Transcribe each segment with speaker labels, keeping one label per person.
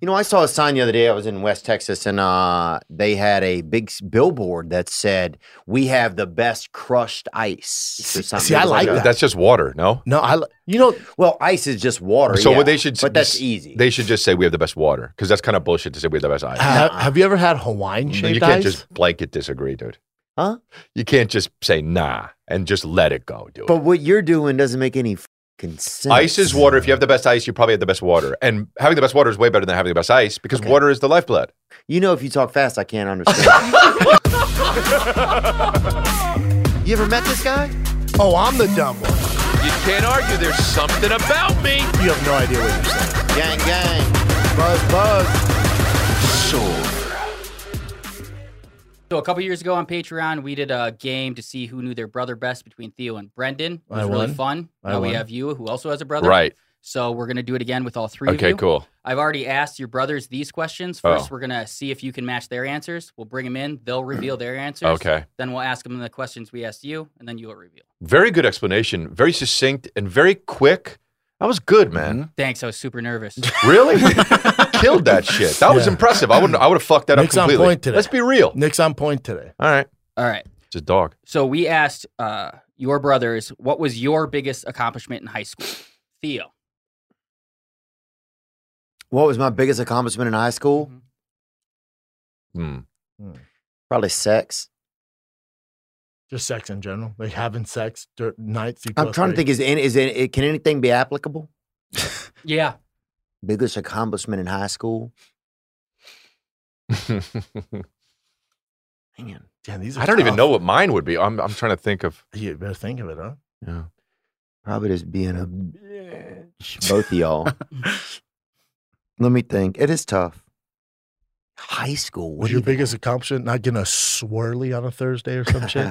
Speaker 1: You know, I saw a sign the other day. I was in West Texas, and uh, they had a big s- billboard that said, "We have the best crushed ice." or
Speaker 2: See-
Speaker 1: something.
Speaker 2: see,
Speaker 1: It
Speaker 2: I
Speaker 1: was
Speaker 2: like
Speaker 1: a-
Speaker 2: that.
Speaker 3: That's just water, no?
Speaker 2: No, I. li-
Speaker 1: You know, well, ice is just water.
Speaker 3: So
Speaker 1: yeah,
Speaker 3: what they should s-
Speaker 1: but that's
Speaker 3: s-
Speaker 1: easy.
Speaker 3: They should just say we have the best water because that's kind of bullshit to say we have the best ice.
Speaker 2: ha- have Ah, you ever had Hawaiian
Speaker 3: you
Speaker 2: shaved
Speaker 3: can't
Speaker 2: ice?
Speaker 3: just blanket disagree, dude.
Speaker 1: Huh?
Speaker 3: You can't just say nah and just let it go, dude.
Speaker 1: but what you're doing doesn't make any fucking sense.
Speaker 3: Ice is water. If you have the best ice, you probably have the best water. And having the best water is way better than having the best ice because
Speaker 1: Okay.
Speaker 3: water is the lifeblood.
Speaker 1: You know, if you talk fast, I can't understand. you ever met this guy?
Speaker 2: oh, I'm the dumb one.
Speaker 3: You can't argue. There's something about me.
Speaker 2: You have no idea what you're
Speaker 1: Gang,
Speaker 2: saying.
Speaker 1: gang, buzz, buzz.
Speaker 4: So a couple years ago on Patreon, we did a game to see who knew their brother best between Theo and Brendan. It was
Speaker 2: I
Speaker 4: really
Speaker 2: won.
Speaker 4: fun.
Speaker 2: I
Speaker 4: now we
Speaker 2: won.
Speaker 4: have you, who also has a brother.
Speaker 3: Right.
Speaker 4: So we're gonna do it again with all three of you.
Speaker 3: Okay, cool.
Speaker 4: I've already asked your brothers these questions.
Speaker 3: Oh.
Speaker 4: First, we're gonna see if you can match their answers. We'll bring them in. They'll reveal their answers.
Speaker 3: Okay.
Speaker 4: Then we'll ask them the questions we asked you, and then you'll reveal.
Speaker 3: Very good explanation. Very succinct and very quick. That was good,
Speaker 2: Mm-hmm.
Speaker 3: man.
Speaker 4: Thanks. I was super nervous.
Speaker 3: Really? Killed that shit. That was
Speaker 2: Yeah.
Speaker 3: impressive. I wouldn't I would have fucked that
Speaker 2: Nick's
Speaker 3: up
Speaker 2: on
Speaker 3: completely.
Speaker 2: point today.
Speaker 3: Let's be real.
Speaker 2: Nick's on point today.
Speaker 3: All right.
Speaker 4: all right.
Speaker 3: It's a dog.
Speaker 4: So we asked uh, your brothers what was your biggest accomplishment in high school. Theo.
Speaker 1: What was my biggest accomplishment in high school?
Speaker 4: Mhm.
Speaker 3: Mm.
Speaker 1: Probably sex.
Speaker 2: Just sex in general, like having sex dur- night through.
Speaker 1: I'm trying to think. Is any, is any, can anything be applicable?
Speaker 4: Yeah.
Speaker 1: Biggest accomplishment in high school? Man,
Speaker 2: Damn, these are
Speaker 3: I don't even
Speaker 2: tough.
Speaker 3: know what mine would be. I'm I'm trying to think of
Speaker 2: You better think of it, huh?
Speaker 3: yeah.
Speaker 1: probably just being a bitch. Both of y'all. Let me think. It is tough. High school. What
Speaker 2: What's
Speaker 1: do
Speaker 2: your
Speaker 1: you think?
Speaker 2: biggest accomplishment? Not getting a swirly on a Thursday or some shit.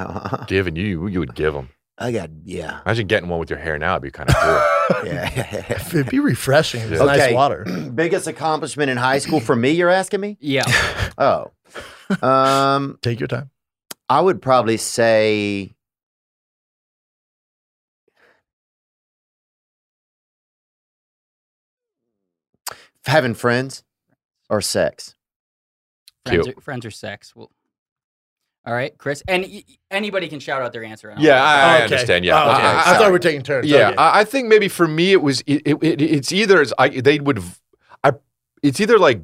Speaker 3: giving you you would give them.
Speaker 1: I got yeah.
Speaker 3: Imagine getting one with your hair now. It'd be kind of cool.
Speaker 1: Yeah.
Speaker 2: It'd be refreshing. It's
Speaker 3: Yeah.
Speaker 2: nice
Speaker 1: Okay.
Speaker 2: water.
Speaker 1: biggest accomplishment in high school for me? You're asking me?
Speaker 4: Yeah.
Speaker 1: Oh, um,
Speaker 2: Take your time.
Speaker 1: I would probably say. Having friends or sex.
Speaker 4: friends, or,
Speaker 3: Cute.
Speaker 4: friends or sex. Well, all right, Chris. And y- y- anybody can shout out their answer. and I'll-
Speaker 3: Yeah, I, I
Speaker 2: Okay.
Speaker 3: understand. Yeah,
Speaker 2: Oh,
Speaker 3: I-
Speaker 2: okay.
Speaker 3: I-
Speaker 2: I,
Speaker 3: I-
Speaker 2: thought we were taking turns.
Speaker 3: yeah.
Speaker 2: Okay.
Speaker 3: I, I think maybe for me it was it, it, it- it's either as I they would v- I it's either like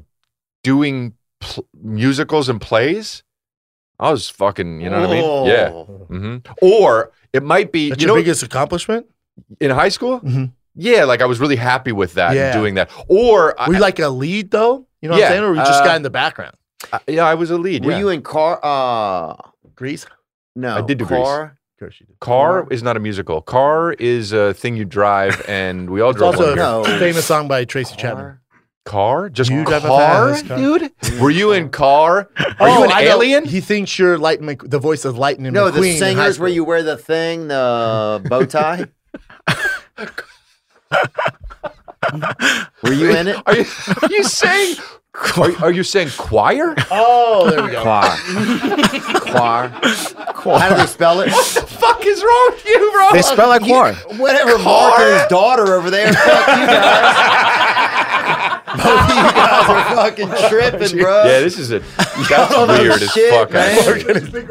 Speaker 3: doing pl- musicals and plays. I was fucking, you know what I mean? Yeah. hmm Or it might
Speaker 2: Oh.
Speaker 3: be
Speaker 2: That's
Speaker 3: you know
Speaker 2: your biggest accomplishment?
Speaker 3: in high school.
Speaker 2: Mhm.
Speaker 3: Yeah, like I was really happy with that
Speaker 2: Yeah.
Speaker 3: and doing that. Or I,
Speaker 2: Were you like a lead though? You know what
Speaker 3: Yeah,
Speaker 2: I'm saying? Or were you just
Speaker 3: uh,
Speaker 2: guy in the background?
Speaker 3: I- yeah, I was a lead.
Speaker 1: Were
Speaker 3: yeah.
Speaker 1: you in car? Uh,
Speaker 2: Grease? Of
Speaker 1: no.
Speaker 3: I did do Grease.
Speaker 1: car.
Speaker 2: course you did.
Speaker 3: Car is not a musical. Car is a thing you drive, and we all
Speaker 2: It's
Speaker 3: drove.
Speaker 2: also a
Speaker 3: one here.
Speaker 1: No.
Speaker 2: famous song by Tracy Chapman.
Speaker 1: Car?
Speaker 3: Car, just
Speaker 2: You drive a
Speaker 3: car,
Speaker 2: fast car.
Speaker 3: dude. Were you in car? Are
Speaker 2: Oh,
Speaker 3: you an
Speaker 2: I know.
Speaker 3: alien?
Speaker 2: He thinks you're Lightning, Mc- the voice of Lightning
Speaker 1: No,
Speaker 2: McQueen.
Speaker 1: the
Speaker 2: in high
Speaker 1: singers where
Speaker 2: school.
Speaker 1: you wear the thing, the bow tie. Were you in it?
Speaker 3: Are you, are you saying? Are, are you saying choir?
Speaker 2: Oh, there we go.
Speaker 1: Choir. Choir. How do they spell it?
Speaker 3: Fuck is wrong with you, bro?
Speaker 5: They spell like corn.
Speaker 1: Whatever
Speaker 3: Car?
Speaker 1: Marco's daughter over there. Fuck you guys. Both of you guys are
Speaker 2: Oh,
Speaker 1: fucking tripping, bro.
Speaker 3: yeah, this is a that's
Speaker 1: Oh,
Speaker 3: weird as
Speaker 1: shit,
Speaker 3: fuck.
Speaker 1: man.
Speaker 3: actually.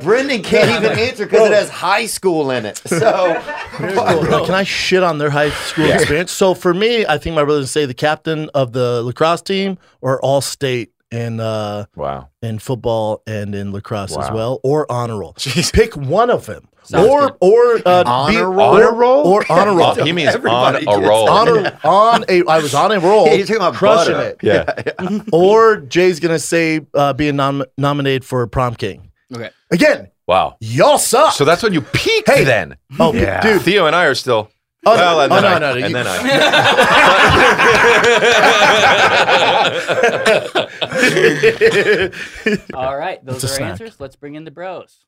Speaker 1: Brendan can't even answer because it has high school in it. So
Speaker 2: Cool. Can I shit on their high school experience? So for me, I think my brother would say the captain of the lacrosse team or all state in uh,
Speaker 3: Wow.
Speaker 2: in football and in lacrosse as
Speaker 3: Wow.
Speaker 2: well, or honor roll. Pick one of them.
Speaker 4: Sounds
Speaker 2: or
Speaker 4: good.
Speaker 2: or uh,
Speaker 1: Honor
Speaker 2: be-
Speaker 1: roll?
Speaker 2: or-
Speaker 3: Honor roll?
Speaker 2: or honor roll.
Speaker 3: he means on
Speaker 1: Everybody
Speaker 3: a
Speaker 1: gets
Speaker 3: roll.
Speaker 2: Honor on a I was on a roll,
Speaker 1: Yeah, you're talking about
Speaker 2: crushing
Speaker 1: butter.
Speaker 2: it.
Speaker 3: yeah.
Speaker 2: Or Jay's gonna say uh, being nom- nominated for prom king
Speaker 4: Okay.
Speaker 2: again.
Speaker 3: Wow.
Speaker 2: Y'all suck.
Speaker 3: So that's when you peaked
Speaker 2: Hey.
Speaker 3: then.
Speaker 2: oh, dude.
Speaker 3: Theo and I are still.
Speaker 2: Oh,
Speaker 3: well, and
Speaker 2: oh,
Speaker 3: then
Speaker 2: no,
Speaker 3: I,
Speaker 2: no, no,
Speaker 3: and
Speaker 2: you-
Speaker 3: then I.
Speaker 4: All right. Those
Speaker 2: a
Speaker 4: are our
Speaker 2: snack.
Speaker 4: answers. Let's bring in the bros.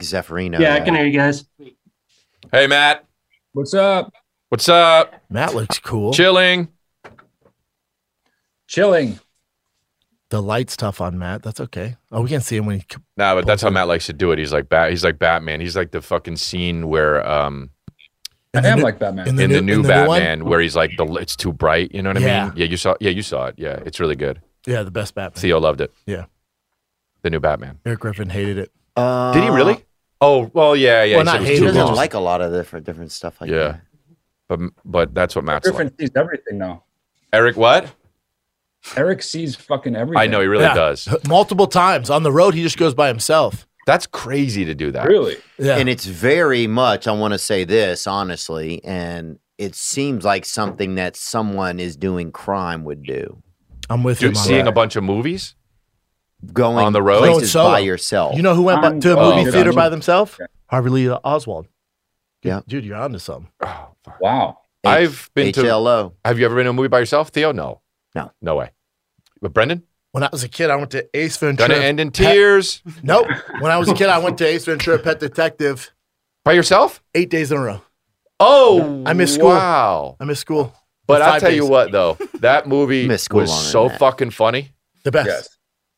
Speaker 1: Zeffirino.
Speaker 6: Yeah, I can hear you guys.
Speaker 3: Hey, Matt.
Speaker 7: What's up?
Speaker 3: What's up?
Speaker 2: Matt looks cool.
Speaker 3: Chilling.
Speaker 7: Chilling.
Speaker 2: The light's tough on Matt. That's okay. Oh, we can see him when he. c-
Speaker 3: Nah, but that's how Matt likes to do it. He's like bat. He's like Batman. He's like the fucking scene where um
Speaker 2: In
Speaker 5: I
Speaker 2: the
Speaker 5: am
Speaker 2: new-
Speaker 5: like Batman.
Speaker 2: in
Speaker 3: in the new
Speaker 2: in the one?
Speaker 3: Batman where he's like the it's too bright. You know what I
Speaker 2: Yeah.
Speaker 3: mean? Yeah, you saw. Yeah, you saw it. Yeah, it's really good.
Speaker 2: Yeah, the best Batman.
Speaker 3: Theo loved it.
Speaker 2: Yeah.
Speaker 3: the new Batman.
Speaker 2: Eric Griffin hated it.
Speaker 1: Uh,
Speaker 3: Did he really? Oh well, yeah, yeah.
Speaker 2: Well,
Speaker 3: he said
Speaker 2: not
Speaker 3: it
Speaker 1: He
Speaker 3: was too
Speaker 1: doesn't
Speaker 3: long.
Speaker 1: like a lot of different different stuff like
Speaker 3: Yeah.
Speaker 1: that.
Speaker 3: but but that's what Matt's
Speaker 5: Griffin
Speaker 3: like.
Speaker 5: sees everything now.
Speaker 3: Eric, what?
Speaker 5: Eric sees fucking everything.
Speaker 3: I know he really
Speaker 2: Yeah.
Speaker 3: does.
Speaker 2: Multiple times on the road, he just goes by himself.
Speaker 3: That's crazy to do that.
Speaker 5: Really?
Speaker 2: Yeah,
Speaker 1: And it's very much, I want to say this honestly, and it seems like something that someone is doing crime would do.
Speaker 2: I'm with
Speaker 3: Do-
Speaker 2: you. on
Speaker 3: seeing
Speaker 2: that.
Speaker 3: a bunch of movies.
Speaker 1: Going
Speaker 3: On the road?
Speaker 1: places
Speaker 2: Going solo.
Speaker 1: by yourself.
Speaker 2: You know who went by,
Speaker 5: I'm-
Speaker 2: to a
Speaker 3: Oh,
Speaker 2: movie
Speaker 3: okay.
Speaker 2: theater by themselves?
Speaker 5: Yeah.
Speaker 2: Harvey Lee Oswald. Dude-
Speaker 1: Yeah.
Speaker 2: dude, you're onto something.
Speaker 3: Oh, fuck.
Speaker 5: Wow.
Speaker 1: H-
Speaker 3: I've been to-
Speaker 1: HLO.
Speaker 3: Have you ever been to a movie by yourself, Theo? No.
Speaker 1: No.
Speaker 3: No way. But Brendan,
Speaker 2: When I was a kid, I went to Ace
Speaker 3: gonna
Speaker 2: Ventura.
Speaker 3: end in tears
Speaker 2: Nope. When I was a kid, I went to Ace Ventura Pet Detective
Speaker 3: by yourself.
Speaker 2: eight days in a row.
Speaker 3: Oh,
Speaker 2: I missed school.
Speaker 3: Wow.
Speaker 2: I missed school.
Speaker 3: But I'll
Speaker 2: Five
Speaker 3: tell
Speaker 2: days.
Speaker 3: you what, though, that movie
Speaker 1: Missed school
Speaker 3: was
Speaker 1: longer
Speaker 3: so
Speaker 1: than that.
Speaker 3: fucking funny.
Speaker 2: The best.
Speaker 5: Yes.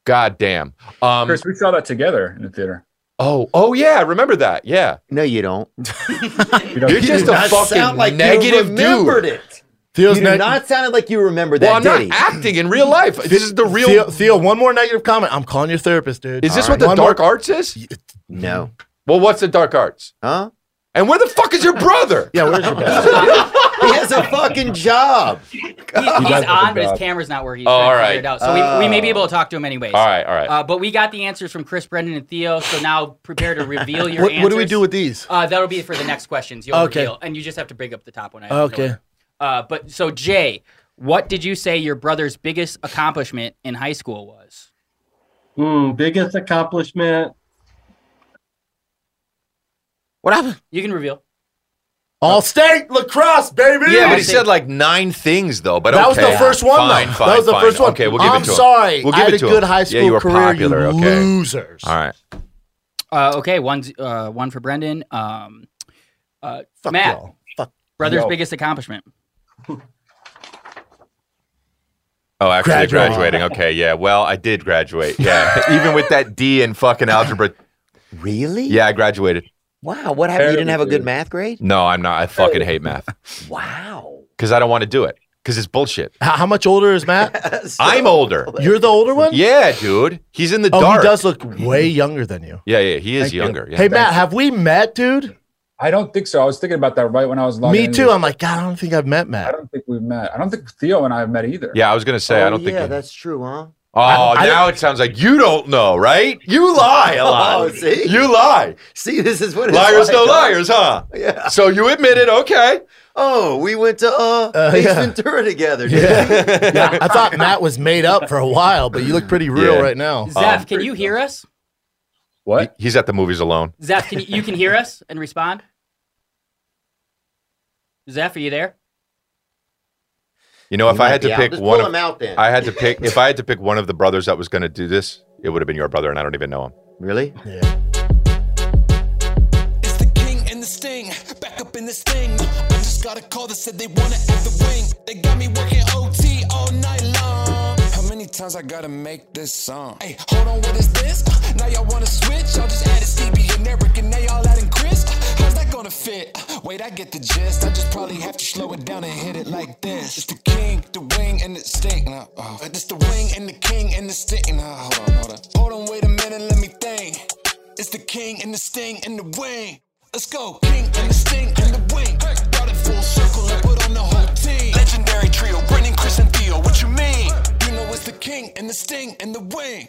Speaker 3: God damn. Um,
Speaker 5: Chris, we saw that together in the theater.
Speaker 3: oh, oh yeah, I remember that. Yeah,
Speaker 1: No, you don't.
Speaker 5: You know,
Speaker 3: you're just a
Speaker 1: not
Speaker 3: fucking
Speaker 1: sound like you
Speaker 3: negative dude.
Speaker 1: remembered it.
Speaker 2: Theo's
Speaker 1: you
Speaker 2: neg-
Speaker 1: did not sounded like you remembered
Speaker 3: Well,
Speaker 1: that,
Speaker 3: I'm not
Speaker 1: did he?
Speaker 3: acting in real life. This is the real.
Speaker 2: Theo, Theo, one more negative comment. I'm calling your therapist, dude. Uh,
Speaker 3: is this
Speaker 1: All
Speaker 3: what the
Speaker 2: right.
Speaker 3: dark arts is?
Speaker 1: No.
Speaker 3: Well, what's the dark arts?
Speaker 1: Huh?
Speaker 3: And where the fuck is your brother?
Speaker 2: Yeah, where's your best?
Speaker 1: He has a fucking job.
Speaker 4: He- he's
Speaker 5: does a
Speaker 4: on,
Speaker 5: good
Speaker 4: but his
Speaker 5: job.
Speaker 4: camera's not where he's
Speaker 3: Oh,
Speaker 4: trying to
Speaker 3: all
Speaker 4: figure
Speaker 3: right.
Speaker 4: it out. So we, we may be able
Speaker 2: Oh.
Speaker 4: to talk to him anyways.
Speaker 3: All right, all right.
Speaker 4: Uh, but we got the answers from Chris, Brendan, and Theo. So now prepare to reveal your
Speaker 2: what,
Speaker 4: answers.
Speaker 2: what do we do with these?
Speaker 4: Uh, that'll be for the next questions. You'll
Speaker 2: Okay.
Speaker 4: reveal, and you just have to bring up the top one. I have no
Speaker 2: Okay.
Speaker 4: idea. Uh, but so Jay, what did you say your brother's biggest accomplishment in high school was?
Speaker 6: Hmm, biggest accomplishment.
Speaker 1: What happened?
Speaker 4: You can reveal.
Speaker 2: All state lacrosse, baby.
Speaker 3: yeah, but he
Speaker 4: I
Speaker 3: said
Speaker 4: think-
Speaker 3: like nine things though. But
Speaker 2: that
Speaker 3: okay.
Speaker 2: was the first one,
Speaker 3: Fine,
Speaker 2: though.
Speaker 3: fine,
Speaker 2: that was the
Speaker 3: fine.
Speaker 2: first one.
Speaker 3: Okay, we'll give
Speaker 2: I'm
Speaker 3: it to him.
Speaker 2: sorry.
Speaker 3: We'll give
Speaker 2: I
Speaker 3: it
Speaker 2: had
Speaker 3: to
Speaker 2: a
Speaker 3: him.
Speaker 2: good high school
Speaker 3: yeah, you were
Speaker 2: career.
Speaker 3: popular.
Speaker 2: you
Speaker 3: okay.
Speaker 2: losers.
Speaker 3: All right.
Speaker 4: Uh, okay, one uh, one for Brendan. Um, uh,
Speaker 2: Fuck
Speaker 4: Matt.
Speaker 2: y'all. Fuck.
Speaker 4: brother's
Speaker 5: Yo.
Speaker 4: biggest accomplishment.
Speaker 3: Oh, actually
Speaker 2: Graduating.
Speaker 3: graduating. Okay, yeah. Well, I did graduate. Yeah, even with that D in fucking algebra.
Speaker 1: Really?
Speaker 3: Yeah, I graduated.
Speaker 1: Wow. What happened? You didn't
Speaker 5: Terrible,
Speaker 1: have a good
Speaker 5: dude.
Speaker 1: math grade?
Speaker 3: No, I'm not. I fucking hate math
Speaker 1: Wow.
Speaker 3: because I don't want to do it because it's bullshit.
Speaker 2: How, how much older is Matt?
Speaker 3: I'm older.
Speaker 2: You're the older one.
Speaker 3: Yeah, dude. He's in the
Speaker 2: Oh,
Speaker 3: dark.
Speaker 2: he does look way younger than you.
Speaker 3: Yeah, yeah. He is
Speaker 5: Thank you.
Speaker 3: younger. Yeah.
Speaker 2: hey, Matt, have we met, dude?
Speaker 5: I don't think so. I was thinking about that right when I was logging
Speaker 2: Me
Speaker 5: into
Speaker 2: too.
Speaker 5: this.
Speaker 2: I'm like, God, I don't think I've met
Speaker 5: I
Speaker 2: Matt.
Speaker 5: don't think we've met. I don't think Theo and I have met either.
Speaker 3: Yeah, I was gonna say. I don't
Speaker 1: yeah,
Speaker 3: think.
Speaker 1: oh, Yeah,
Speaker 3: he-
Speaker 1: that's true, huh?
Speaker 3: oh,
Speaker 2: Oh, I- I
Speaker 3: now it sounds like you don't know, right? You lie a lot.
Speaker 1: Oh, see?
Speaker 3: You lie.
Speaker 1: See, this is what it's
Speaker 3: Liars,
Speaker 1: like,
Speaker 3: no
Speaker 1: huh?
Speaker 3: liars, huh?
Speaker 1: Yeah.
Speaker 3: So you admit it, okay?
Speaker 1: Oh, we went to uh,
Speaker 2: Uh,
Speaker 1: Ace
Speaker 2: yeah.
Speaker 1: Ventura together.
Speaker 2: Yeah.
Speaker 1: didn't we?
Speaker 2: Yeah, I thought Matt was made up for a while, but you look pretty real
Speaker 3: Yeah.
Speaker 2: right now.
Speaker 4: Zeph, can you hear us?
Speaker 5: What?
Speaker 3: He's at the movies alone.
Speaker 4: Zeph, can you, you can hear us and respond? Zeph, are you there?
Speaker 3: You know, if
Speaker 1: He
Speaker 3: I
Speaker 1: might
Speaker 3: had
Speaker 1: be
Speaker 3: to
Speaker 1: out.
Speaker 3: pick
Speaker 1: Just
Speaker 3: one
Speaker 1: pull
Speaker 3: of,
Speaker 1: him out then.
Speaker 3: I had to pick. If I had to pick one of the brothers that was going to do this, it would have been your brother, and I don't even know him.
Speaker 1: really?
Speaker 2: Yeah.
Speaker 7: It's the king and the sting, back up in this thing. I just got a call that said they wanna add the wing. They got me working OT all night long. How many times I gotta make this song? Hey, hold on, what is this? Uh, Now y'all wanna switch? Y'all just added Stevie and Eric, and now y'all adding Chris. Uh, How's that gonna fit? Uh, Wait, I get the gist. I just probably have to slow it down and hit it like this. It's the king, the wing, and the sting. Nah, oh. It's the wing and the king and the sting. Nah, hold on, hold on. Hold on, wait a minute, let me think. It's the king and the sting and the wing. Let's go, king and the sting and the wing. Brought it full circle and put on the whole team. Legendary trio, Brendan, Chris, and Theo. What you mean? You know it's the king and the sting and the wing.